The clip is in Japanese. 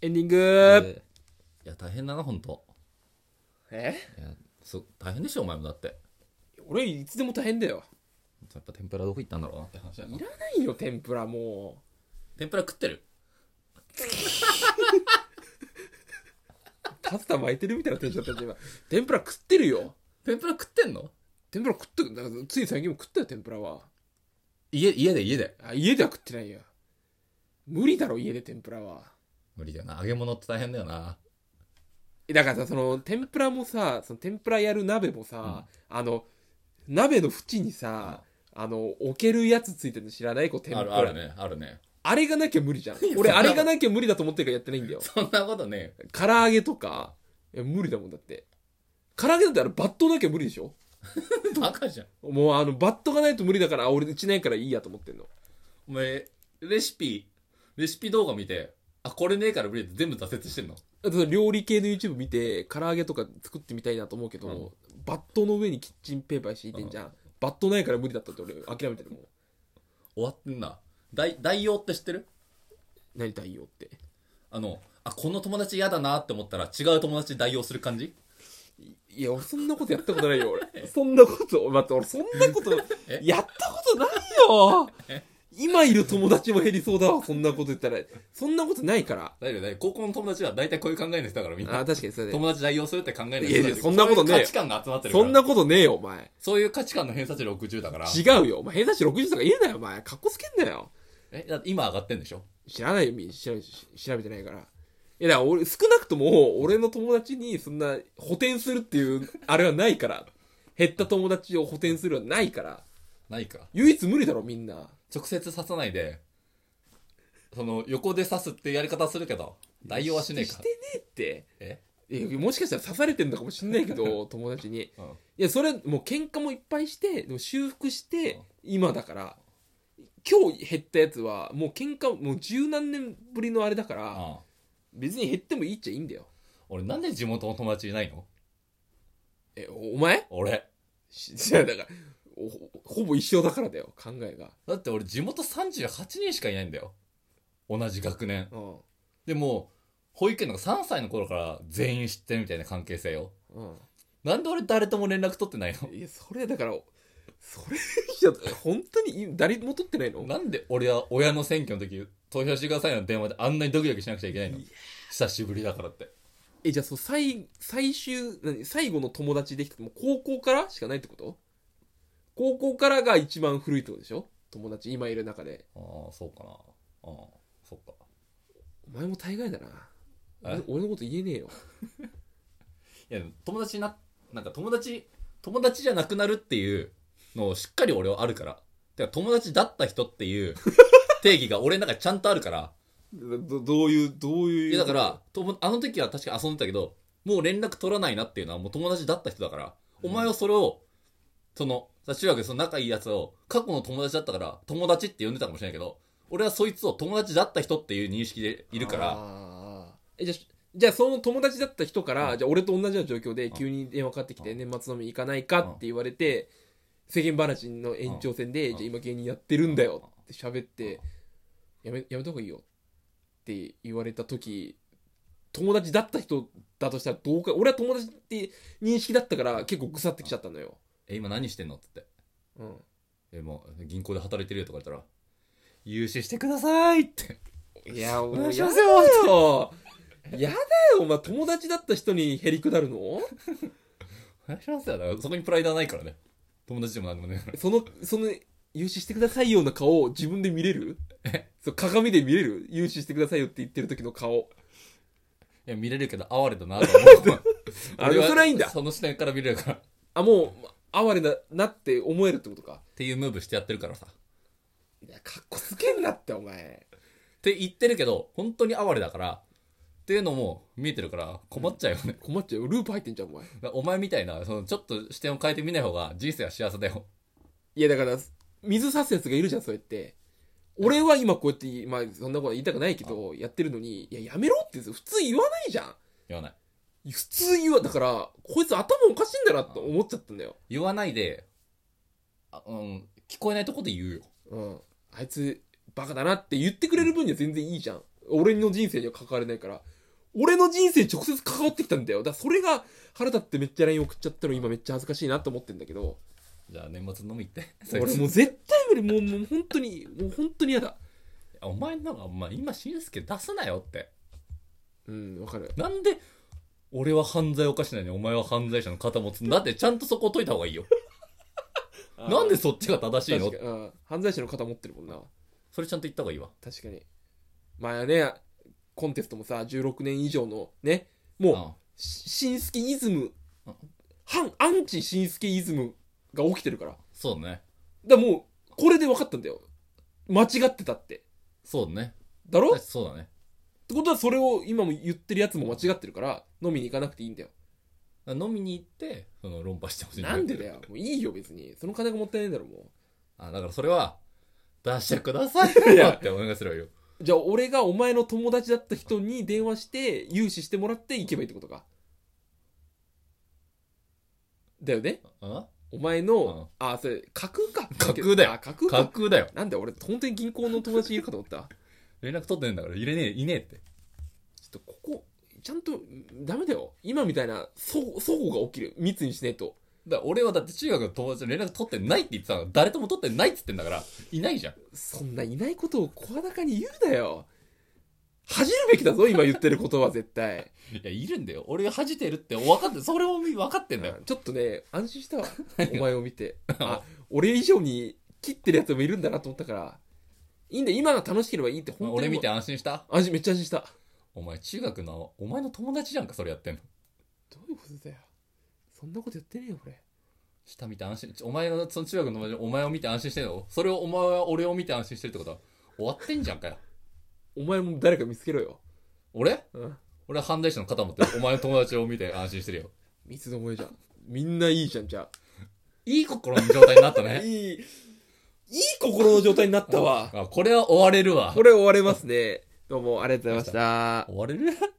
エンディンでグいや大変だな本当えいやそ大変でしょお前もだって俺いつでも大変だよやっぱ天ぷらどこ行ったんだろうなって話だよないらないよ天ぷらも天ぷら食ってるうパスタ巻いてるみたいなテンションだった今天ぷら食ってるよ天ぷら食ってんの天ぷら食ってるだからつい最近も食ったよ天ぷらは家家で家であ家では食ってないよ無理だろ家で天ぷらは無理だよな揚げ物って大変だよなえだからさその天ぷらもさその天ぷらやる鍋もさ、あの鍋の縁にさ、あの置けるやつついてるの知らないこう天ぷあらるあるねあるねあれがなきゃ無理じゃんいや俺そんなあれがなきゃ無理だと思ってるからやってないんだよそんなことね唐揚げとかいや無理だもんだって唐揚げだってあれバットなきゃ無理でしょ バカじゃんもうあのバットがないと無理だからあ俺うちないからいいやと思ってんのお前レシピレシピ動画見てあこれねえから無理って全部挫折してんのあと料理系の YouTube 見て唐揚げとか作ってみたいなと思うけど、バットの上にキッチンペーパー敷いてんじゃん、バットないから無理だったって俺諦めてるもん終わってんな代代用って知ってる何代用ってあのあこの友達嫌だなって思ったら違う友達代用する感じいや、俺そんなことやったことないよ、俺。 そんなこと、待って、俺そんなことえ、やったことないよ今いる友達も減りそうだわ、そんなこと言ったら。そんなことないから。大丈夫大丈夫高校の友達は大体こういう考えの人だからみんなあ、確かにそれで。友達代用するって考えの人いやいやだしそんなことねえよそういう価値観が集まってるからそんなことねえよ、お前。そういう価値観の偏差値60だから違うよ。お前、偏差値60とか言えないよ、お前。かっこつけんなよ。えだって今上がってんでしょ知らないよ、み調べし調べてないから。いや、だから俺、少なくとも、俺の友達にそんな補填するっていう、あれはないから。減った友達を補填するはないから。ないか唯一無理だろ、みんな。直接刺さないでその横で刺すってやり方するけど代用はしねえしかてねえって。えいやもしかしたら刺されてるのかもしんないけ ど友達にいうんやそれもう喧嘩もいっぱいしてでも修復して今だから今日減ったやつはもう喧嘩もう十何年ぶりのあれだからああ別に減ってもいいっちゃいいんだよ俺なんで地元の友達いないのえおお前 俺しじゃあだからおほほぼ一緒だからだよ考えがだって俺地元38人しかいないんだよ同じ学年うんでも保育園の3歳の頃から全員知ってるみたいな関係性ようなんで俺誰とも連絡取ってないんいやそれだからそれじゃ本当にい誰も取ってないののなんで俺は親の選挙の時投票してくださいの電話であんなにドキドキしなくちゃいけないのいや久しぶりだからってえじゃあそう最最終何最後の友達できたのも高校からしかないってこと高校からが一番古いってことでしょ友達今いる中でああそうかなああそっかお前も大概だなえ俺俺のこと言えねえよいや友達ななんか友達友達じゃなくなるっていうのをしっかり俺はあるからてか友達だった人っていう定義が俺の中にちゃんとあるからどどういうどういういやだからともあの時は確か遊んでたけどもう連絡取らないなっていうのはもう友達だった人だから、お前はそれをそのさ中学でその仲いいやつを過去の友達だったから友達って呼んでたかもしれないけど俺はそいつを友達だった人っていう認識でいるかららえじゃあじゃあその友達だった人から、じゃあ俺と同じような状況で急に電話かかってきて、年末飲み行かないかって言われて、世間話の延長戦で、うんじゃあ今芸人やってるんだよって喋って、やめやめた方がいいよって言われた時友達だった人だとしたらどうか俺は友達って認識だったから結構ぐさってきちゃったのよ、え今何してんのって言ってうん、えもう銀行で働いてるよとか言ったら融資してくださいっていやおお願いしやまだすよよやだよお前友達だった人にへりくだるのお願いしますよだからそこにプライドはないからね友達でも何でもねその、その、融資してくださいような顔を自分で見れるそう鏡で見れる融資してくださいよって言ってる時の顔。いや見れるけど哀れだなと思う あ、れ俺はそれはいいんだ。その視点から見れるからっあ、もう、哀れな、なって思えるってことか。ていうムーブしてやってるからさっいや、かっこつけんなって、お前。て言ってるけど本当に哀れだからっていうのも見えてるから困っちゃうよね、困っちゃうよ。ループ入ってんじゃん、お前。だからお前みたいなそのちょっと視点を変えてみない方が人生は幸せだよいや、だから、水差すやつがいるじゃん、そうやって。俺は今こうやって、まあ、そんなこと言いたくないけど、やってるのに、いや、やめろって普通言わないじゃん。言わない普通言わ、だから、こいつ頭おかしいんだなって思っちゃったんだよ。言わないであ、うん、聞こえないとこで言うようん、あいつバカだなって言ってくれる分には全然いいじゃん俺の人生には関われないから俺の人生に直接関わってきたんだよだからそれが腹立ってめっちゃ LINE 送っちゃったの今めっちゃ恥ずかしいなと思ってんだけどじゃあ年末飲み行ってそい俺つもう絶対無理もうもう本当にもう本当に嫌だお前なんかお前今しんすけ出すなよってうんわかるなんで俺は犯罪を犯してないのにお前は犯罪者の肩持つんだってちゃんとそこ解いた方がいいよなんでそっちが正しいの確かにうん犯罪者の肩持ってるもんなそれちゃんと言った方がいいわ確かにまあねコンテストもさ16年以上のねもう、ししんすけイズムうん反アンチしんすけイズムが起きてるからそうねだからもうこれで分かったんだよ間違ってたってそうねだろっ確かそうだねてことはそれを今も言ってるやつも間違ってるから飲みに行かなくていいんだよ飲みに行ってその論破してほしいなんでだよもういいよ別にその金がもったいないんだろもあだからそれは出してくださいいやよってお願いするようじゃあ俺がお前の友達だった人に電話して融資してもらって行けばいいってことかだよねあお前の、あそれ架空か架空だよあ架空架か空だよなんで俺本当に銀行の友達いるかと思った連絡取ってねえんだから入れねえいねえってちょっとここ、ちゃんと、ダメだよ。今みたいな、そ、そごが起きる。密にしねえと。だから俺はだって中学の友達に連絡取ってないって言ってたの誰とも取ってないって言ってんだからいないじゃんそんないないことを声高に言うなよ。恥じるべきだぞ、今言ってることは絶対。いやいるんだよ俺が恥じてるって分かってそれも分かってんだようんちょっとね、安心 したわ。お前を見て。あ、俺以上に切ってるやつもいるんだなと思ったから。いいんだよ、今が楽しければいいって、本当に。俺見て。安心した安心、めっちゃ安心した。お前中学のお前の友達じゃんかそれやってんのどういうことだよ。そんなことやってねえよ、俺。下見て安心ちょお前のその中学の友達お前を見て安心してんのそれをお前は俺を見て安心してるってことは終わってんじゃんかよお前も誰か見つけろよ。俺うん。俺は犯罪者の肩持ってるお前の友達を見て安心してるよ三つどもえじゃん。みんないいじゃん、じゃあ。いい心の状態になった ねいい、いい心の状態になったわ。あこれは終われるわこれ終われますね。どうもありがとうございました。終われる